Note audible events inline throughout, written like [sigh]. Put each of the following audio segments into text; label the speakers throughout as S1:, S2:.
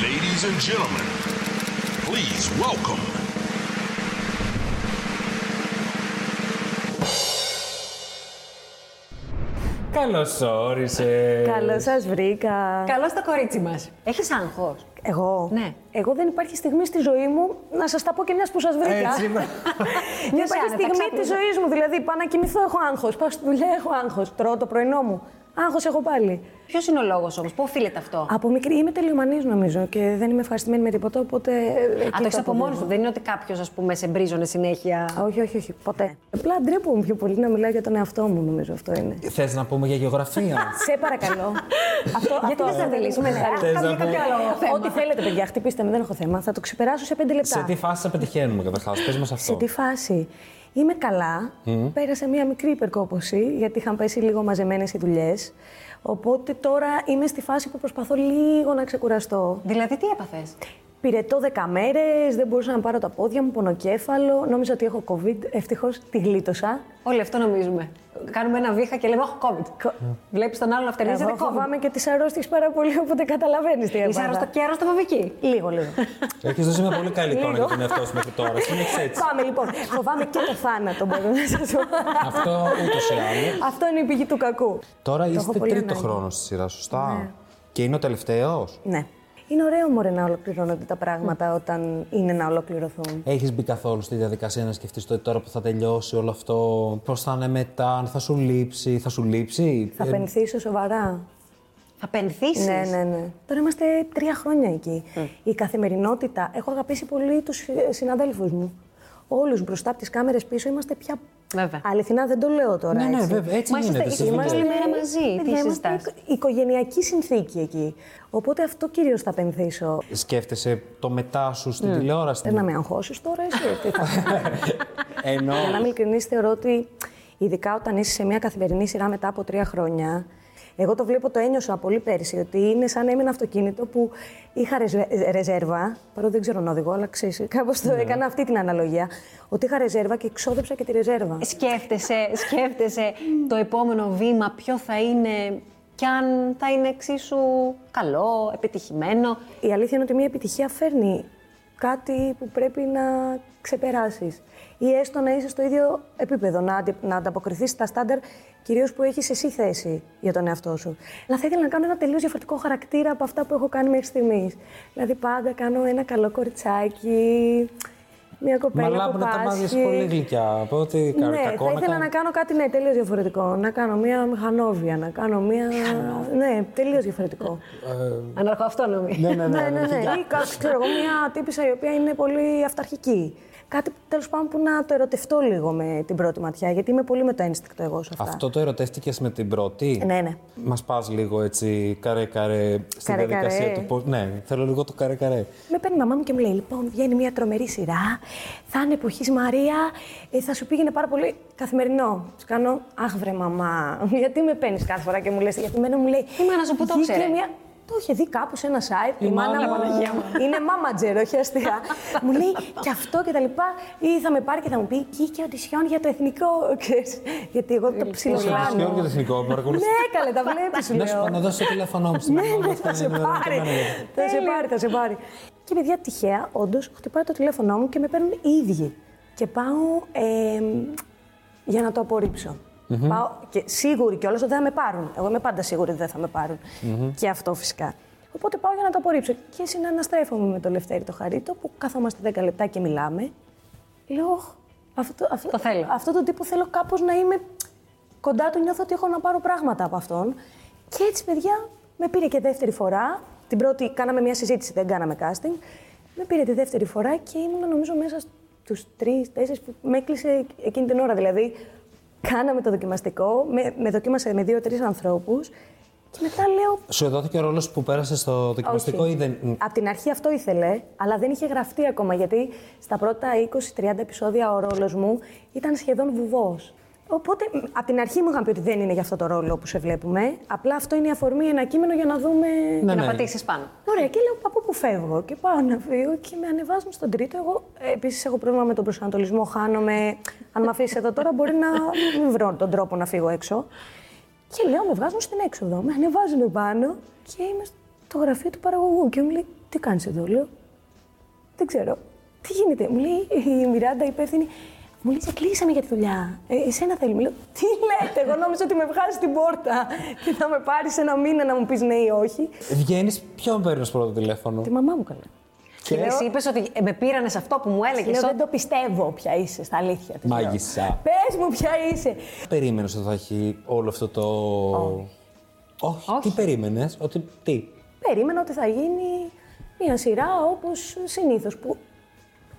S1: Ladies and gentlemen, please welcome.
S2: Καλώς όρισες.
S3: Ε,
S4: Καλώς σας βρήκα.
S3: Καλώς το κορίτσι μας.
S4: Έχεις άγχος. Εγώ.
S3: Ναι.
S4: Εγώ δεν υπάρχει στιγμή στη ζωή μου να σας τα πω και μιας που σας βρήκα.
S2: Έτσι
S3: ναι.
S4: [laughs]
S2: είμαι.
S4: Δεν
S3: Για σε
S4: υπάρχει
S3: άνετα,
S4: στιγμή
S3: ξάπλωσε.
S4: της ζωής μου. Δηλαδή, πάω να κοιμηθώ, έχω άγχος. Πάω στη δουλειά, έχω άγχος. Τρώω το πρωινό μου. Άγχος έχω πάλι.
S3: Ποιος είναι ο λόγος όμως, πού οφείλεται αυτό.
S4: Από μικρή είμαι τελειομανής νομίζω και δεν είμαι ευχαριστημένη με τίποτα, οπότε. ε, εκεί
S3: Α, το έχεις από
S4: αποδίδω.
S3: μόνο του. Δεν είναι ότι κάποιος, ας πούμε, σε μπρίζωνε συνέχεια.
S4: Όχι, όχι, όχι, ποτέ. Απλά ντρέπομαι πιο πολύ να μιλάω για τον εαυτό μου, νομίζω αυτό είναι.
S2: Θες να πούμε για
S4: [laughs]
S2: γεωγραφία.
S4: Σε παρακαλώ. [laughs] αυτό,
S3: Γιατί δεν θα μιλήσουμε, ναι.
S2: Θες να
S3: Κάνε κάποιο
S2: πούμε-
S3: άλλο θέμα.
S4: Ό,τι θέλετε, παιδιά, χτυπήστε με, δεν έχω θέμα. Θα το ξεπεράσω σε πέντε λεπτά.
S2: σε τι φάση θα πετυχαίνουμε καταρχάς, πες μας
S4: Σε
S2: αυτό.
S4: τι φάση. Είμαι καλά. Πέρασα μία μικρή υπερκόπωση, γιατί είχαν πέσει λίγο μαζεμένες οι δουλειές. Οπότε τώρα είμαι στη φάση που προσπαθώ λίγο να ξεκουραστώ.
S3: Δηλαδή, τι έπαθες.
S4: Πυρετό 10 μέρε, δεν μπορούσα να πάρω τα πόδια μου, πονοκέφαλο. Νόμιζα ότι έχω COVID. Ευτυχώς τη γλίτωσα.
S3: Όλοι αυτό νομίζουμε. Κάνουμε ένα βήχα και λέμε: Έχω COVID. Βλέπεις τον άλλον να φτερνίζεται
S4: Εγώ
S3: COVID.
S4: φοβάμαι και τις αρρώστιες πάρα πολύ, οπότε καταλαβαίνεις τι
S3: Είσαι άρρωστο
S4: έπαθα.
S3: και άρρωστο φοβική.
S4: Λίγο, λίγο.
S2: Έχεις δώσει μια πολύ καλή εικόνα για τον εαυτό σου μέχρι τώρα. Συνέχισε έτσι.
S4: Πάμε λοιπόν. Φοβάμαι και το θάνατο, μπορώ να σας πω.
S2: Αυτό ούτως ή άλλως.
S4: Αυτό είναι η πηγή του κακού.
S2: Τώρα
S4: Το έχω
S2: είστε
S4: πολύ Ναι.
S2: τρίτο
S4: ανάγκη.
S2: χρόνο στη σειρά, σωστά. Και είναι ο τελευταίος.
S4: Ναι. Είναι ωραίο μωρέ να ολοκληρώνονται τα
S2: Ναι.
S4: πράγματα όταν είναι να ολοκληρωθούν.
S2: Έχεις μπει καθόλου στη διαδικασία να σκεφτείς το τώρα που θα τελειώσει όλο αυτό, πώς θα είναι μετά, αν θα σου λείψει, θα σου λείψει.
S4: Θα
S2: Ε,
S4: πενθήσω σοβαρά.
S3: Θα πενθήσει.
S4: Ναι, ναι, ναι. Τώρα είμαστε τρία χρόνια εκεί.
S2: Ε.
S4: Η καθημερινότητα. Έχω αγαπήσει πολύ τους συναδέλφους μου. Όλους μπροστά από τις κάμερες πίσω είμαστε πια.
S3: Βέβαια.
S4: Αληθινά δεν το λέω τώρα.
S2: Ναι, ναι,
S4: έτσι.
S2: βέβαια, έτσι
S3: Μάλιστα,
S2: γίνεται.
S3: και
S2: σε
S3: στη
S2: δουλειά.
S3: Όλη μέρα μαζί, τι
S4: Παιδιά, είμαστε
S3: συζητάς.
S4: οικο- οικογενειακή συνθήκη εκεί. Οπότε αυτό κυρίως θα πενθήσω.
S2: Σκέφτεσαι το μετά σου
S4: Ναι.
S2: στην τηλεόραση.
S4: Θε να με αγχώσεις τώρα, εσύ.
S2: [laughs]
S4: τι θα
S2: Ενώ.
S4: Για να είμαι ειλικρινής, θεωρώ ότι ειδικά όταν είσαι σε μια καθημερινή σειρά μετά από τρία χρόνια. Εγώ το βλέπω, το ένιωσα πολύ πέρσι, ότι είναι σαν να είμαι ένα αυτοκίνητο που είχα ρεζε- ρεζέρβα. Παρότι δεν ξέρω να οδηγώ, αλλά ξέρεις. Κάπως το έκανα αυτή την αναλογία. Ότι είχα ρεζέρβα και ξόδεψα και τη ρεζέρβα.
S3: Σκέφτεσαι, σκέφτεσαι το επόμενο βήμα, ποιο θα είναι και αν θα είναι εξίσου καλό, επιτυχημένο.
S4: Η αλήθεια είναι ότι μια επιτυχία φέρνει κάτι που πρέπει να ξεπεράσεις ή έστω να είσαι στο ίδιο επίπεδο, να, αντι- να ανταποκριθείς στα στάνταρ κυρίως που έχεις εσύ θέση για τον εαυτό σου. Να θα ήθελα να κάνω ένα τελείως διαφορετικό χαρακτήρα από αυτά που έχω κάνει μέχρι στιγμής. Δηλαδή πάντα κάνω ένα καλό κοριτσάκι, μια κοπέλα
S2: Μαλά
S4: που
S2: να τα μάθεις
S4: πάσχει.
S2: πολύ γλυκιά. Από ό,τι κα-
S4: Ναι,
S2: κακό
S4: θα
S2: να
S4: ήθελα
S2: κάνει.
S4: να κάνω κάτι ναι, τελείως διαφορετικό. Να κάνω μια μηχανόβια, να κάνω μια... Ναι, τελείως διαφορετικό.
S3: Αναρχοαυτόνομη.
S2: Ε, Ναι, ναι, ναι.
S4: Ναι, ναι, ναι. Ή κά- ξέρω εγώ, μια τύπησα η οποία είναι πολύ αυταρχική. Κάτι τέλος πάντων που να το ερωτευτώ λίγο με την πρώτη ματιά, γιατί είμαι πολύ με το ένστικτο εγώ σε αυτά.
S2: Αυτό το ερωτεύτηκες με την πρώτη.
S4: Ναι, ναι.
S2: Μας πας λίγο έτσι καρέ-καρέ στη
S4: Καρέ-καρέ.
S2: διαδικασία του. πώς- Ναι, θέλω λίγο το καρέ-καρέ.
S4: Με παίρνει η μαμά μου και μου λέει: Λοιπόν, βγαίνει μια τρομερή σειρά. Θα είναι εποχής Μαρία. ε, θα σου πήγαινε πάρα πολύ καθημερινό. Του κάνω: Αχ, βρε μαμά, γιατί με παίρνεις κάθε φορά και μου λες. Γιατί εμένα μου λέει:
S3: Η μάνα σου που το
S4: «Βγήκε
S3: ξέρε».
S4: Μια... Το είχε δει κάπου σε ένα site. Η, μάνα
S2: μάνα
S4: μου.
S2: μου.
S4: Είναι μάμαντζερ, όχι αστεία. μου λέει και αυτό και τα λοιπά. Ή θα με πάρει και θα μου πει: Βγήκε οντισιόν για το εθνικό. ξέρεις. γιατί εγώ το
S2: Συγγνώμη για το
S4: ψιλοκλάνω.
S2: εθνικό, παρακολουθείς.
S4: ναι, καλέ, τα βλέπεις, σου
S2: Να σου
S4: λέω.
S2: πω να δώσω το τηλέφωνό μου στην
S4: Ναι,
S2: μαμά
S4: ναι,
S2: μου,
S4: θα
S2: θα
S4: σε
S2: ενημερώνω και
S4: πάρει.
S2: εμένα.
S4: Θα σε πάρει, θα σε πάρει. Και παιδιά, τυχαία, όντως, χτυπάει το τηλέφωνό μου και με παίρνουν οι ίδιοι. Και πάω ε, για να το απορριψω Πάω και σίγουρη κιόλας ότι δεν θα με πάρουν. Εγώ είμαι πάντα σίγουρη ότι δεν θα με παρουν Και αυτό φυσικά. Οπότε πάω για να το απορρίψω. Και συναναστρέφομαι με το Λευτέρη το Χαρίτο που καθόμαστε 10 λεπτά και μιλάμε. Λέω, «Ωχ, αυτό, αυτό,
S3: Το θέλω.
S4: αυτό τον τύπο θέλω κάπως να είμαι κοντά του, νιώθω ότι έχω να πάρω πράγματα από αυτόν. Και έτσι, παιδιά, με πήρε και δεύτερη φορά. Την πρώτη κάναμε μια συζήτηση, δεν κάναμε casting. Με πήρε τη δεύτερη φορά και ήμουν νομίζω μέσα στους τρεις, τέσσερις που με έκλεισε εκείνη την ώρα. Δηλαδή, κάναμε το δοκιμαστικό, με, με δοκίμασε με δύο-τρει ανθρώπους και μετά λέω.
S2: Σου δόθηκε ο ρόλος που πέρασε στο δοκιμαστικό ή δεν.
S4: Απ' την αρχή αυτό ήθελε, αλλά δεν είχε γραφτεί ακόμα γιατί στα πρώτα 20-30 επεισόδια ο ρόλος μου ήταν σχεδόν βουβός. Οπότε μ, απ' την αρχή μου είχαν πει ότι δεν είναι για αυτό το ρόλο που σε βλέπουμε. Απλά αυτό είναι η αφορμή, ένα κείμενο για να δούμε.
S2: Ναι,
S3: να
S2: ναι.
S3: πατήσεις πάνω.
S4: Ωραία, και λέω από πού φεύγω. Και πάω να φύγω και με ανεβάζουν στον τρίτο. Εγώ επίσης έχω πρόβλημα με τον προσανατολισμό. Χάνομαι. Αν με αφήσει εδώ τώρα, μπορεί να μην βρω τον τρόπο να φύγω έξω. Και λέω, με βγάζουν στην έξοδο. Με ανεβάζουν πάνω και είμαι το γραφείο του παραγωγού. Και μου λέει, τι κάνεις εδώ, λέω. Δεν ξέρω. Τι γίνεται, μου λέει η Μιράντα η υπεύθυνη. Μου λέει, σε κλείσαμε για τη δουλειά. Ε, εσένα θέλουμε. Λέω, τι λέτε, εγώ νόμιζα ότι με βγάζει την πόρτα και θα με πάρεις ένα μήνα να μου πεις ναι ή όχι.
S2: Βγαίνεις, ποιον παίρνεις πρώτο τηλέφωνο.
S4: Τη μαμά μου καλά.
S3: Και εσύ είπες ότι ε, με πήρανε σε αυτό που μου έλεγες.
S4: Λέω, δεν το πιστεύω ποια είσαι, στα αλήθεια. της λέω.
S2: Μάγισσα.
S4: Πες μου ποια είσαι.
S2: Περίμενες ότι θα έχει όλο αυτό το. Όχι. Τι περίμενες, ότι τι.
S4: Περίμενα ότι θα γίνει μια σειρά όπως συνήθως που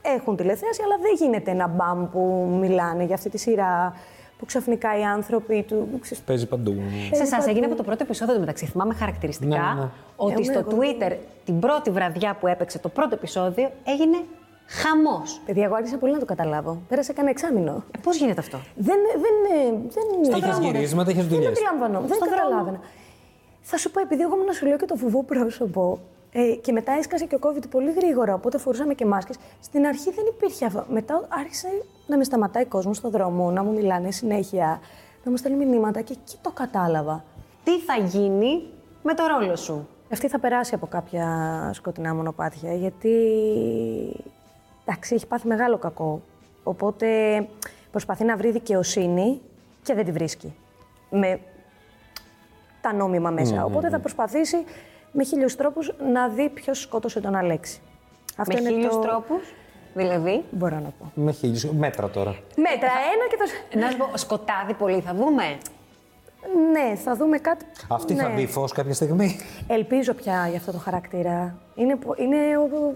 S4: έχουν τηλεθέαση, αλλά δεν γίνεται ένα μπαμ που μιλάνε για αυτή τη σειρά που ξαφνικά οι άνθρωποι του... ξέρεις,
S2: Παίζει παντού.
S3: Σε εσά έγινε από το πρώτο επεισόδιο το μεταξύ. Θυμάμαι χαρακτηριστικά
S2: Ναι, ναι.
S3: ότι στο Twitter την πρώτη βραδιά που έπαιξε το πρώτο επεισόδιο έγινε χαμός.
S4: Παιδιά, εγώ άρχισα πολύ να το καταλάβω. Πέρασε κανένα εξάμεινο.
S3: Ε, Πώς γίνεται αυτό.
S4: Δεν. δεν, ε, δεν
S2: Είχες δρόμο, ρε. γυρίσματα, είχες δουλειές.
S4: Δεν αντιλαμβανόμουν. Δεν
S3: Στον δρόμο.
S4: καταλάβαινα. Θα σου πω, επειδή εγώ ήμουν σου λέω και το βουβό πρόσωπο. Ε, και μετά έσκασε και ο COVID πολύ γρήγορα, οπότε φορούσαμε και μάσκες. Στην αρχή δεν υπήρχε αυτό. Μετά άρχισε να με σταματάει κόσμο στον δρόμο, να μου μιλάνε συνέχεια, να μου στέλνουν μηνύματα και εκεί το κατάλαβα.
S3: Τι θα γίνει με το ρόλο σου.
S4: Αυτή θα περάσει από κάποια σκοτεινά μονοπάτια, γιατί εντάξει, έχει πάθει μεγάλο κακό. Οπότε προσπαθεί να βρει δικαιοσύνη και δεν τη βρίσκει. Με τα νόμιμα μέσα. Οπότε θα προσπαθήσει με χίλιους τρόπους να δει ποιος σκότωσε τον Αλέξη. Αυτό
S3: με χίλιου τρόπους. Δηλαδή.
S4: Μπορώ να πω.
S2: Με χίλιους μέτρα τώρα.
S4: Μέτρα ένα και το...
S3: Να σου πω, σκοτάδι πολύ θα δούμε.
S4: Ναι, θα δούμε κάτι...
S2: Αυτή θα
S4: Ναι.
S2: δει φως κάποια στιγμή.
S4: Ελπίζω πια για αυτό το χαρακτήρα. Είναι, πο- είναι ο-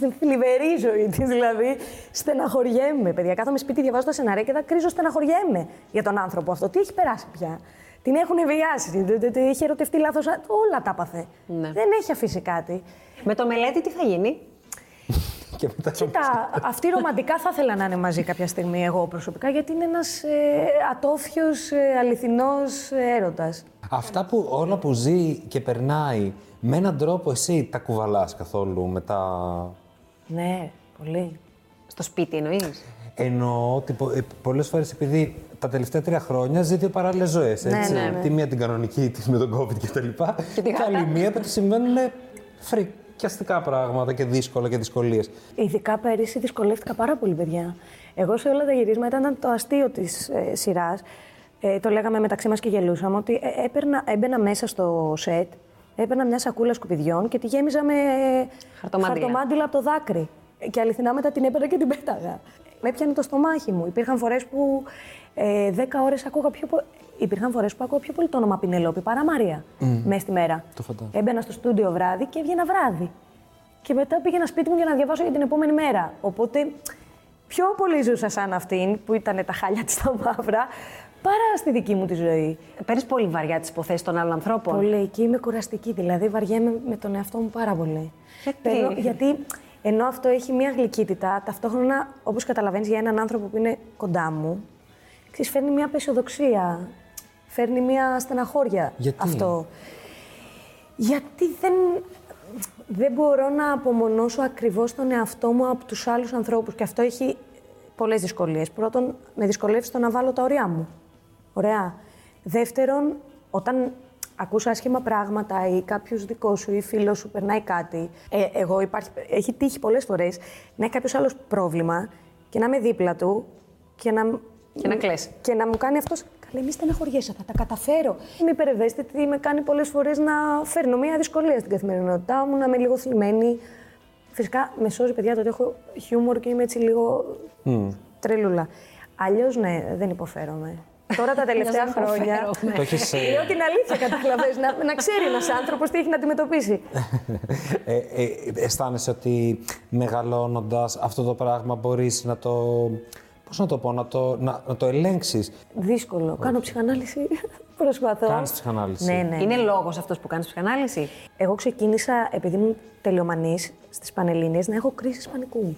S4: ο- θλιβερή η ζωή της, δηλαδή. Στεναχωριέμαι, παιδιά. Κάθομαι σπίτι, διαβάζω τα σενάρια και τα κρίζω. Στεναχωριέμαι για τον άνθρωπο αυτό. Τι έχει περάσει πια. Την έχουν βιάσει, τε- τε- τε- έχει ερωτευτεί λάθος. Όλα τα πάθε.
S3: Ναι.
S4: Δεν έχει αφήσει κάτι.
S3: Με το μελέτη τι θα γίνει.
S2: Και μετά
S4: Κοίτα, αυτή ρομαντικά θα ήθελα να είναι μαζί κάποια στιγμή εγώ προσωπικά, γιατί είναι ένας ε, ατόφιος ε, αληθινός έρωτας.
S2: Αυτά που όλα που ζει και περνάει, με έναν τρόπο εσύ τα κουβαλάς καθόλου μετά.
S4: Ναι, πολύ.
S3: Στο σπίτι εννοείς.
S2: Εννοώ ότι πο- ε, πολλές φορές επειδή τα τελευταία τρία χρόνια ζει δύο παράλληλες ζωές, έτσι.
S4: ναι, ναι.
S2: Τη μία την κανονική της με τον COVID και τα λοιπά.
S3: Και τη γάτα.
S2: άλλη μία που τη συμβαίνουν φρικιαστικά πράγματα και δύσκολα και
S4: [laughs]
S2: δυσκολίες.
S4: Ειδικά πέρυσι δυσκολεύτηκα πάρα πολύ, παιδιά. Εγώ σε όλα τα γυρίσματα ήταν το αστείο της ε, σειράς. Ε, το λέγαμε μεταξύ μας και γελούσαμε ότι ε, έπαιρνα, έμπαινα μέσα στο σετ, έπαιρνα μια σακούλα σκουπιδιών και τη γέμιζα με ε,
S3: Χαρτομάντιλα.
S4: χαρτομάντιλα από το δάκρυ. Ε, Και αληθινά μετά την έπαιρνα και την πέταγα. Με έπιανε το στομάχι μου. Υπήρχαν φορές που ε, 10 ώρες ακούγα πιο πολύ. Υπήρχαν φορές που ακούω πιο πολύ το όνομα Πινελόπη παρά Μαρία μέσα στη μέρα.
S2: Το φαντάζομαι.
S4: Έμπαινα στο στούντιο βράδυ και έβγαινα βράδυ. Και μετά πήγαινα σπίτι μου για να διαβάσω για την επόμενη μέρα. Οπότε πιο πολύ ζούσα σαν αυτήν που ήταν τα χάλια της στα μαύρα, παρά στη δική μου τη ζωή.
S3: Παίρνεις πολύ βαριά τις υποθέσεις των άλλων ανθρώπων.
S4: Πολύ και είμαι κουραστική, δηλαδή βαριέμαι με τον εαυτό μου πάρα πολύ.
S3: Γιατί?
S4: γιατί ενώ αυτό έχει μια γλυκύτητα, ταυτόχρονα όπως καταλαβαίνεις για έναν άνθρωπο που είναι κοντά μου, ξέρεις, φέρνει μια απεσιοδοξία. Φέρνει μια στεναχώρια
S2: Γιατί?
S4: αυτό. Γιατί δεν, δεν μπορώ να απομονώσω ακριβώς τον εαυτό μου από τους άλλους ανθρώπους και αυτό έχει πολλές δυσκολίες. Πρώτον, με δυσκολεύεις το να βάλω τα ωριά μου. Ωραία. Δεύτερον, όταν ακούς άσχημα πράγματα ή κάποιος δικός σου ή φίλος σου περνάει κάτι, ε, εγώ υπάρχει, έχει τύχει πολλές φορές να έχει κάποιος άλλος πρόβλημα και να είμαι δίπλα του και να...
S3: Και να κλαις.
S4: Και να μου κάνει αυτός. Καλέ, μη στεναχωριέσαι, θα τα καταφέρω. Είμαι υπερευαίσθητη, με κάνει πολλές φορές να φέρνω μια δυσκολία στην καθημερινότητά μου, να είμαι λίγο θλιμμένη. Φυσικά με σώζει, παιδιά, το ότι έχω χιούμορ και είμαι έτσι λίγο τρελούλα. Αλλιώς, ναι, δεν υποφέρομαι. Τώρα
S3: [laughs]
S4: τα τελευταία
S3: Αλλιώς δεν
S4: χρόνια.
S3: υποφέρομαι.
S2: Το έχεις, ε,
S4: Λέω την αλήθεια, κατάλαβες. να, να ξέρει ένας άνθρωπος τι έχει να αντιμετωπίσει.
S2: ε, ε, αισθάνεσαι ότι μεγαλώνοντας αυτό το πράγμα μπορείς να το... Πώς να το πω, να το, να, να το ελέγξεις.
S4: Δύσκολο. Κάνω ψυχανάλυση. [laughs] Προσπαθώ.
S2: ε, Κάνεις ψυχανάλυση.
S4: Ναι, ναι.
S3: Είναι λόγος αυτός που κάνεις ψυχανάλυση.
S4: Εγώ ξεκίνησα, επειδή ήμουν τελειομανής στις Πανελλήνιες, να έχω κρίση πανικού.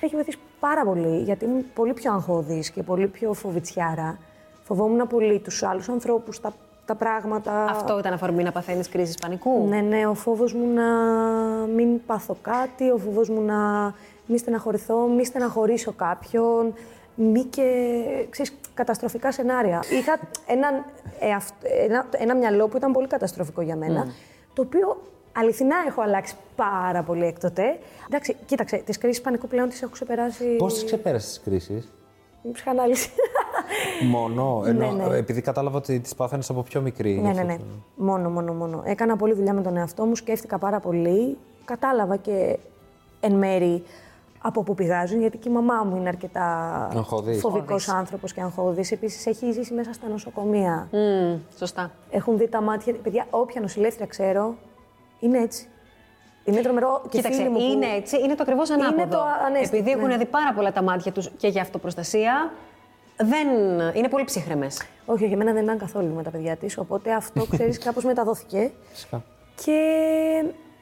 S4: Έχει βοηθήσει πάρα πολύ, γιατί ήμουν πολύ πιο αγχώδης και πολύ πιο φοβητσιάρα. Φοβόμουν πολύ τους άλλους ανθρώπους, τα, τα πράγματα.
S3: Αυτό ήταν αφορμή να παθαίνεις κρίση πανικού.
S4: Ναι, ναι, ο φόβος μου να μην πάθω κάτι, ο φόβος μου να μη στεναχωρηθώ, μη στεναχωρήσω κάποιον, μη και ξέρεις, καταστροφικά σενάρια. Είχα έναν εαυτ- ένα, ένα μυαλό που ήταν πολύ καταστροφικό για μένα, το το οποίο αληθινά έχω αλλάξει πάρα πολύ έκτοτε. Εντάξει, κοίταξε, τις κρίσεις πανικού πλέον τις έχω ξεπεράσει.
S2: Πώ τι ξεπέρασες τις κρίσεις,
S4: με ψυχανάλυση.
S2: Μόνο. Ενώ,
S4: ναι.
S2: Επειδή κατάλαβα ότι τις πάθαινες από πιο μικρή.
S4: ναι, ναι, ναι. Μόνο, μόνο, μόνο. Έκανα πολλή δουλειά με τον εαυτό μου, σκέφτηκα πάρα πολύ. Κατάλαβα και εν μέρη από πού πηγάζουν, γιατί και η μαμά μου είναι αρκετά
S2: Αγχώδης.
S4: φοβικός άνθρωπος και αγχώδη. Επίσης, έχει ζήσει μέσα στα νοσοκομεία.
S3: Μμμ,
S4: Ναι.
S3: σωστά.
S4: Έχουν δει τα μάτια. Παιδιά, όποια νοσηλεύτρια ξέρω, είναι έτσι. Είναι τρομερό και
S3: Κοίταξε,
S4: φίλοι μου που-
S3: είναι έτσι, είναι το ακριβώς ανάποδο.
S4: το ανέστητο,
S3: Επειδή έχουν
S4: ναι.
S3: δει πάρα πολλά τα μάτια τους και για αυτοπροστασία, δεν... είναι πολύ ψύχρεμες.
S4: Όχι, όχι, εμένα δεν ήταν καθόλου με τα παιδιά της. Οπότε αυτό ξέρεις, κάπως μεταδόθηκε.
S2: Φυσικά.
S4: Και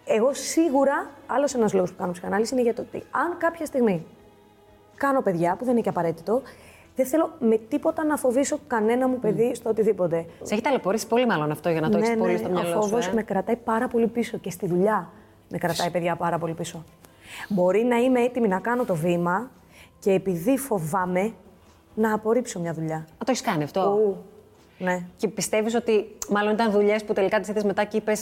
S4: εγώ σίγουρα, άλλος ένας λόγος που κάνω ψυχανάλυση είναι για το ότι αν κάποια στιγμή κάνω παιδιά, που δεν είναι και απαραίτητο, δεν θέλω με τίποτα να φοβήσω κανένα μου παιδί στο οτιδήποτε.
S3: Σε έχει ταλαιπωρήσει πολύ, μάλλον αυτό, για να το έχεις πολύ στο
S4: Ναι, ο
S3: μυαλό σου.
S4: φόβος
S3: ε.
S4: με κρατάει πάρα πολύ πίσω και στη δουλειά με κρατάει, παιδιά, πάρα πολύ πίσω. Μπορεί να είμαι έτοιμη να κάνω το βήμα και επειδή φοβάμαι να απορρίψω μια δουλειά.
S3: Α, το έχεις κάνει αυτό.
S4: Ου, Ναι.
S3: Και πιστεύεις ότι μάλλον ήταν δουλειές που τελικά τις είδες μετά και είπες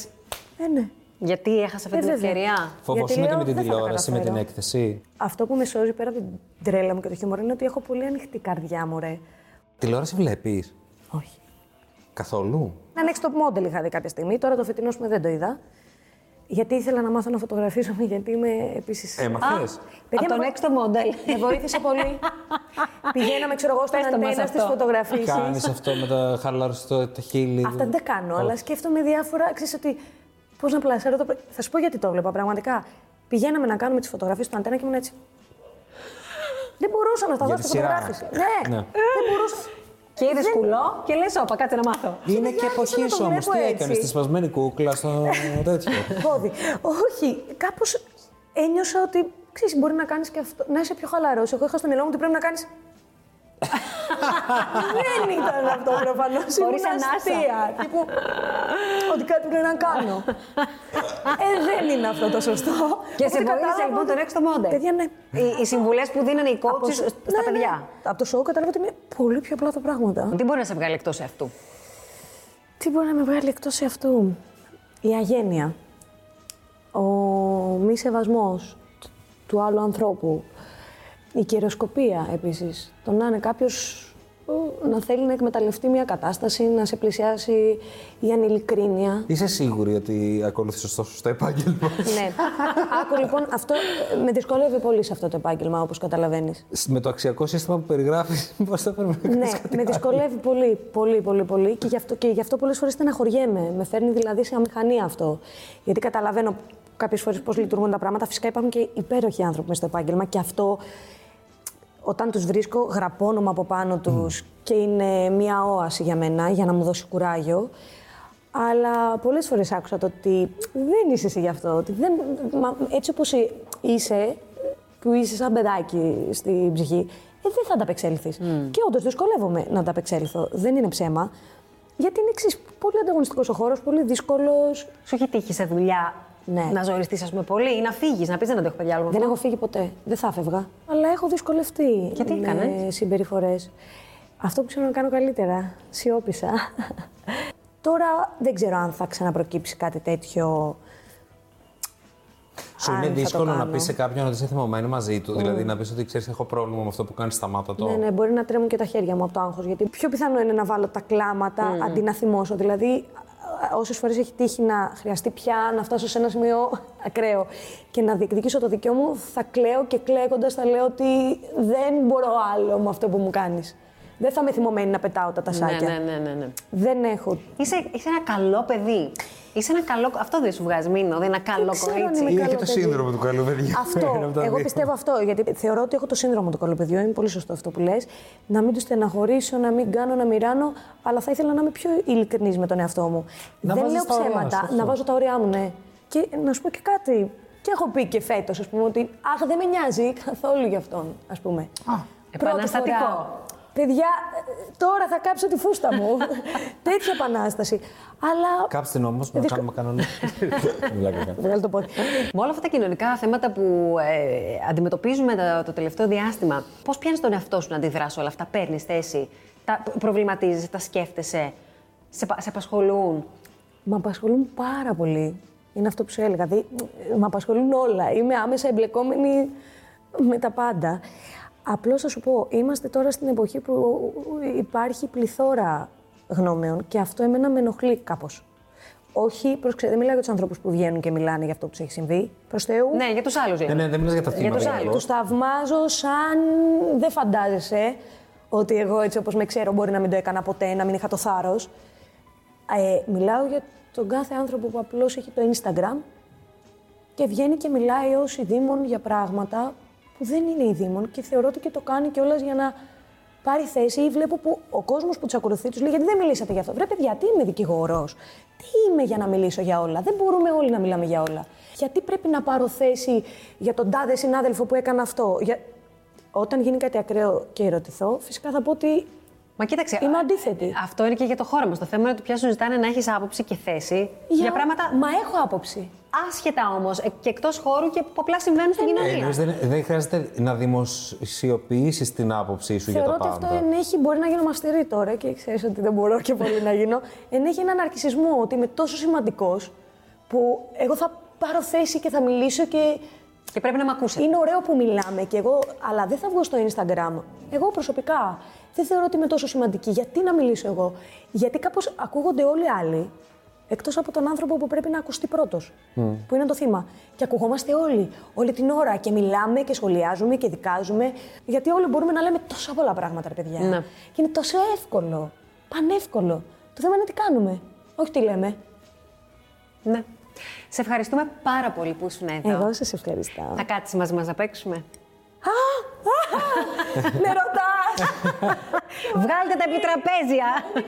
S4: Ε, ναι.
S3: Γιατί έχασα αυτή
S4: Ε,
S3: την
S4: βέβαια.
S3: ευκαιρία.
S2: Φοβόσουν
S4: λέω,
S2: και με την
S4: δεν θα τα
S2: τηλεόραση, με την
S4: καταφέρω.
S2: έκθεση.
S4: Αυτό που με σώζει πέρα από την τρέλα μου και το χιούμορ είναι ότι έχω πολύ ανοιχτή καρδιά, μωρέ.
S2: Τηλεόραση βλέπεις
S4: Όχι.
S2: καθόλου.
S4: Ένα next top model είχα δει κάποια στιγμή. Τώρα το φετινό πούμε, δεν το είδα. Γιατί ήθελα να μάθω να φωτογραφίζομαι, γιατί είμαι επίσης.
S2: Έμαθες.
S3: Από τον έξω μοντέλ.
S4: Με βοήθησε
S3: [laughs]
S4: πολύ. Πηγαίναμε, ξέρω εγώ, στον
S3: Πες το μας
S4: αντένα στι
S3: αυτό.
S2: Κάνει
S4: φωτογραφίε.
S2: αυτό με τα χαλαριστό τα χείλη.
S4: Αυτά δεν τα κάνω, αλλά σκέφτομαι διάφορα. Ξέρεις ότι. Πώς να πλασάρω το. πρω- Θα σου πω γιατί το βλέπα πραγματικά. Πηγαίναμε να κάνουμε τις φωτογραφίες στον αντένα και ήμουν
S2: [laughs]
S4: έτσι. Δεν μπορούσα να τα
S2: Για
S4: δω
S2: τη
S4: στη
S2: σειρά.
S4: φωτογράφηση.
S2: Ναι.
S4: Ναι, δεν μπορούσα.
S3: και
S4: Ε,
S3: είδε κουλό και λες, όπα, κάτσε να μάθω.
S2: Είναι
S4: παιδιά,
S2: και
S4: άρχισα να
S2: εποχής
S4: το
S2: όμως.
S4: βλέπω
S2: Τι
S4: έτσι.
S2: έκανε, τη σπασμένη κούκλα, στο τέτοιο.
S4: πόδι. Όχι, κάπως ένιωσα ότι ξέρεις, μπορεί να κάνεις και αυτό. Να είσαι πιο χαλαρός. Εγώ είχα στο μυαλό μου ότι πρέπει να κάνεις.
S3: [laughs]
S4: Δεν ήταν αυτό προφανώς.
S3: Χωρίς ανάσα.
S4: Τύπου, ότι κάτι πρέπει να κάνω. ε, δεν είναι αυτό το σωστό.
S3: Και
S4: Οπότε
S3: σε βοήθησε
S4: κατάλαβα
S3: λοιπόν
S4: ότι-
S3: τον έξω μοντέλ.
S4: Παιδιά, ναι.
S3: Οι, οι συμβουλές που δίνανε οι coaches στα παιδιά.
S4: Από το σοου κατάλαβα ότι είναι πολύ πιο απλά τα πράγματα.
S3: Τι μπορεί να σε βγάλει εκτός αυτού.
S4: Τι μπορεί να με βγάλει εκτός αυτού. Η αγένεια. Ο μη σεβασμός του άλλου ανθρώπου. Η καιροσκοπία επίσης. Το να είναι κάποιος να θέλει να εκμεταλλευτεί μια κατάσταση, να σε πλησιάσει η ανηλικρίνεια.
S2: Είσαι σίγουρη ότι ακολούθησε το σωστό επάγγελμα.
S4: [laughs] ναι. Άκου λοιπόν, αυτό ε, με δυσκόλευε πολύ σε αυτό το επάγγελμα, όπως καταλαβαίνεις.
S2: Με το αξιακό σύστημα που [laughs] περιγράφεις, πώς θα έπρεπε να
S4: Ναι,
S2: κάνεις κάτι
S4: με
S2: άλλο.
S4: δυσκολεύει πολύ, πολύ, πολύ, πολύ και γι' αυτό, και γι αυτό πολλές φορές στεναχωριέμαι. Με φέρνει δηλαδή σε αμηχανία αυτό. Γιατί καταλαβαίνω κάποιες φορές πώς λειτουργούν τα πράγματα. Φυσικά υπάρχουν και υπέροχοι άνθρωποι μέσα στο επάγγελμα και αυτό όταν τους βρίσκω γραπώνομαι από πάνω τους και είναι μία όαση για μένα για να μου δώσει κουράγιο. Αλλά πολλές φορές άκουσα το ότι δεν είσαι εσύ γι' αυτό. Ότι δεν, μα, έτσι όπως ε- είσαι, που είσαι σαν παιδάκι στην ψυχή, ε, δεν θα ανταπεξέλθεις. Και όντως δυσκολεύομαι να ανταπεξέλθω. Δεν είναι ψέμα. Γιατί είναι εξής. Πολύ ανταγωνιστικός ο χώρος, πολύ δύσκολος.
S3: Σου έχει τύχει σε δουλειά
S4: Ναι.
S3: να ζωριστεί, ας πούμε, πολύ ή να φύγεις, να πεις δεν αντέχω παιδιά άλλο.
S4: Δεν έχω φύγει ποτέ. Δεν θα φεύγα. Αλλά έχω δυσκολευτεί.
S3: Και τι
S4: Με
S3: έκανες?
S4: συμπεριφορές. Αυτό που ξέρω να κάνω καλύτερα. Σιώπησα. Τώρα δεν ξέρω αν θα ξαναπροκύψει κάτι τέτοιο.
S2: Σου
S4: Αν
S2: είναι
S4: θα το
S2: δύσκολο να
S4: κάνω.
S2: πεις σε κάποιον ότι είσαι θυμωμένη μαζί του. Δηλαδή να πεις ότι ξέρεις, έχω πρόβλημα με αυτό που κάνεις, σταμάτα το.
S4: Ναι, ναι, μπορεί να τρέμουν και τα χέρια μου από το άγχος, γιατί πιο πιθανό είναι να βάλω τα κλάματα
S3: Mm.
S4: αντί να θυμώσω. Δηλαδή, όσες φορές έχει τύχει να χρειαστεί πια να φτάσω σε ένα σημείο ακραίο και να διεκδικήσω το δικαίωμα μου, θα κλαίω και κλαίγοντας θα λέω ότι δεν μπορώ άλλο με αυτό που μου κάνεις. Δεν θα είμαι θυμωμένη να πετάω τα τασάκια.
S3: ναι, ναι, ναι, ναι.
S4: Δεν έχω.
S3: Είσαι, είσαι ένα καλό παιδί. Είσαι ένα καλό. Αυτό δεν σου βγάζει μήνυμα. Δεν είναι ένα καλό
S4: ξέρω αν
S3: κορίτσι.
S4: είμαι
S2: Είναι
S4: καλό
S2: και το
S4: παιδί.
S2: σύνδρομο του καλού παιδιού. [laughs] Ένα
S4: Αυτό.
S2: από τα
S4: Εγώ
S2: δύο.
S4: πιστεύω αυτό. Γιατί θεωρώ ότι έχω το σύνδρομο του καλοπαιδιού. Είναι πολύ σωστό αυτό που λες. Να μην τους στεναχωρήσω, να μην κάνω, να μοιράνω. Αλλά θα ήθελα να είμαι πιο ειλικρινής με τον εαυτό μου.
S2: Να
S4: Δεν
S2: βάζεις
S4: λέω
S2: τα ωριά σου,
S4: ψέματα.
S2: αυτό.
S4: Να βάζω τα ωριά μου, ναι. Και να σου πω και κάτι. Και έχω πει και φέτος, ας πούμε, ότι Αχ, δεν με νοιάζει καθόλου γι' αυτόν, ας πούμε. Πρώτη
S3: επαναστατικό.
S4: φορά. Παιδιά, ε, τώρα θα κάψω τη φούστα
S2: [laughs]
S4: μου. Τέτοια επανάσταση. Αλλά.
S2: Κάψτε την όμω, να
S4: Δύσκολο.
S2: κάνουμε
S4: [laughs]
S2: κανονικά. Βλάκα κάνω.
S4: Βγάλε το πόδι.
S3: Με όλα αυτά τα κοινωνικά θέματα που ε, αντιμετωπίζουμε το, το τελευταίο διάστημα, πώς πιάνεις τον εαυτό σου να αντιδράσει όλα αυτά, παίρνεις θέση, τα προβληματίζεσαι, τα σκέφτεσαι, σε, πα- σε απασχολούν.
S4: με απασχολούν πάρα πολύ. Είναι αυτό που σου έλεγα. Δηλαδή, με απασχολούν όλα. Είμαι άμεσα εμπλεκόμενη με τα πάντα. Απλώς θα σου πω, είμαστε τώρα στην εποχή που υπάρχει πληθώρα γνώμεων και αυτό εμένα με ενοχλεί κάπως. Όχι, προσεξε, δεν μιλάω για τους ανθρώπους που βγαίνουν και μιλάνε για αυτό που τους έχει συμβεί. Προς Θεού.
S3: Ναι, για τους άλλους.
S2: Ναι, ναι, δεν μιλάς για τα
S3: Για
S2: θύματα.
S3: τους άλλους.
S2: βεβαίως.
S4: Τους θαυμάζω σαν δεν φαντάζεσαι ότι εγώ έτσι όπως με ξέρω μπορεί να μην το έκανα ποτέ, να μην είχα το θάρρος. Ε, μιλάω για τον κάθε άνθρωπο που απλώς έχει το Instagram και βγαίνει και μιλάει ως ειδήμων για πράγματα που δεν είναι ειδήμων και θεωρώ ότι και το κάνει κιόλας για να πάρει θέση ή βλέπω που ο κόσμος που τους ακολουθεί τους λέει γιατί δεν μιλήσατε για αυτό. Βρε παιδιά, τι είμαι δικηγόρος, τι είμαι για να μιλήσω για όλα, δεν μπορούμε όλοι να μιλάμε για όλα. Γιατί πρέπει να πάρω θέση για τον τάδε συνάδελφο που έκανε αυτό. Για... Όταν γίνει κάτι ακραίο και ερωτηθώ, φυσικά θα πω ότι
S3: Μα κοίταξε.
S4: Είμαι αντίθετη.
S3: Αυτό είναι και για το χώρο μας. Το θέμα είναι ότι πια σου ζητάνε να έχεις άποψη και θέση για, πράγματα
S4: Μα έχω άποψη.
S3: άσχετα όμως και εκτός χώρου και που απλά συμβαίνουν στην
S4: ναι.
S2: Ε,
S3: κοινωνία.
S2: εννοείς δεν, δεν χρειάζεται να δημοσιοποιήσεις την άποψή σου
S4: Θεωρώ
S2: για τα
S4: ότι
S2: πάντα.
S4: αυτό ενέχει, μπορεί να γίνω μαστηρή τώρα και ξέρεις ότι δεν μπορώ και πολύ να γίνω. Ενέχει έναν αρκισισμό ότι είμαι τόσο σημαντικός που εγώ θα πάρω θέση και θα μιλήσω και
S3: Και πρέπει να με ακούσει.
S4: είναι ωραίο που μιλάμε και εγώ, αλλά δεν θα βγω στο Instagram. Εγώ προσωπικά δεν θεωρώ ότι είμαι τόσο σημαντική. Γιατί να μιλήσω εγώ, Γιατί κάπως ακούγονται όλοι οι άλλοι, εκτός από τον άνθρωπο που πρέπει να ακουστεί πρώτος, που είναι το θύμα. Και ακουγόμαστε όλοι, όλη την ώρα και μιλάμε και σχολιάζουμε και δικάζουμε. Γιατί όλοι μπορούμε να λέμε τόσα πολλά πράγματα, ρε παιδιά.
S3: Ναι.
S4: Και είναι τόσο εύκολο. Πανεύκολο. Το θέμα είναι τι κάνουμε, όχι τι λέμε.
S3: Ναι. Σε ευχαριστούμε πάρα πολύ που ήσουν εδώ.
S4: Εγώ σας
S3: [laughs]
S4: ευχαριστώ.
S3: Θα κάτσει μαζί μας να παίξουμε.
S4: Με ρωτάς!
S3: Βγάλτε τα επιτραπέζια!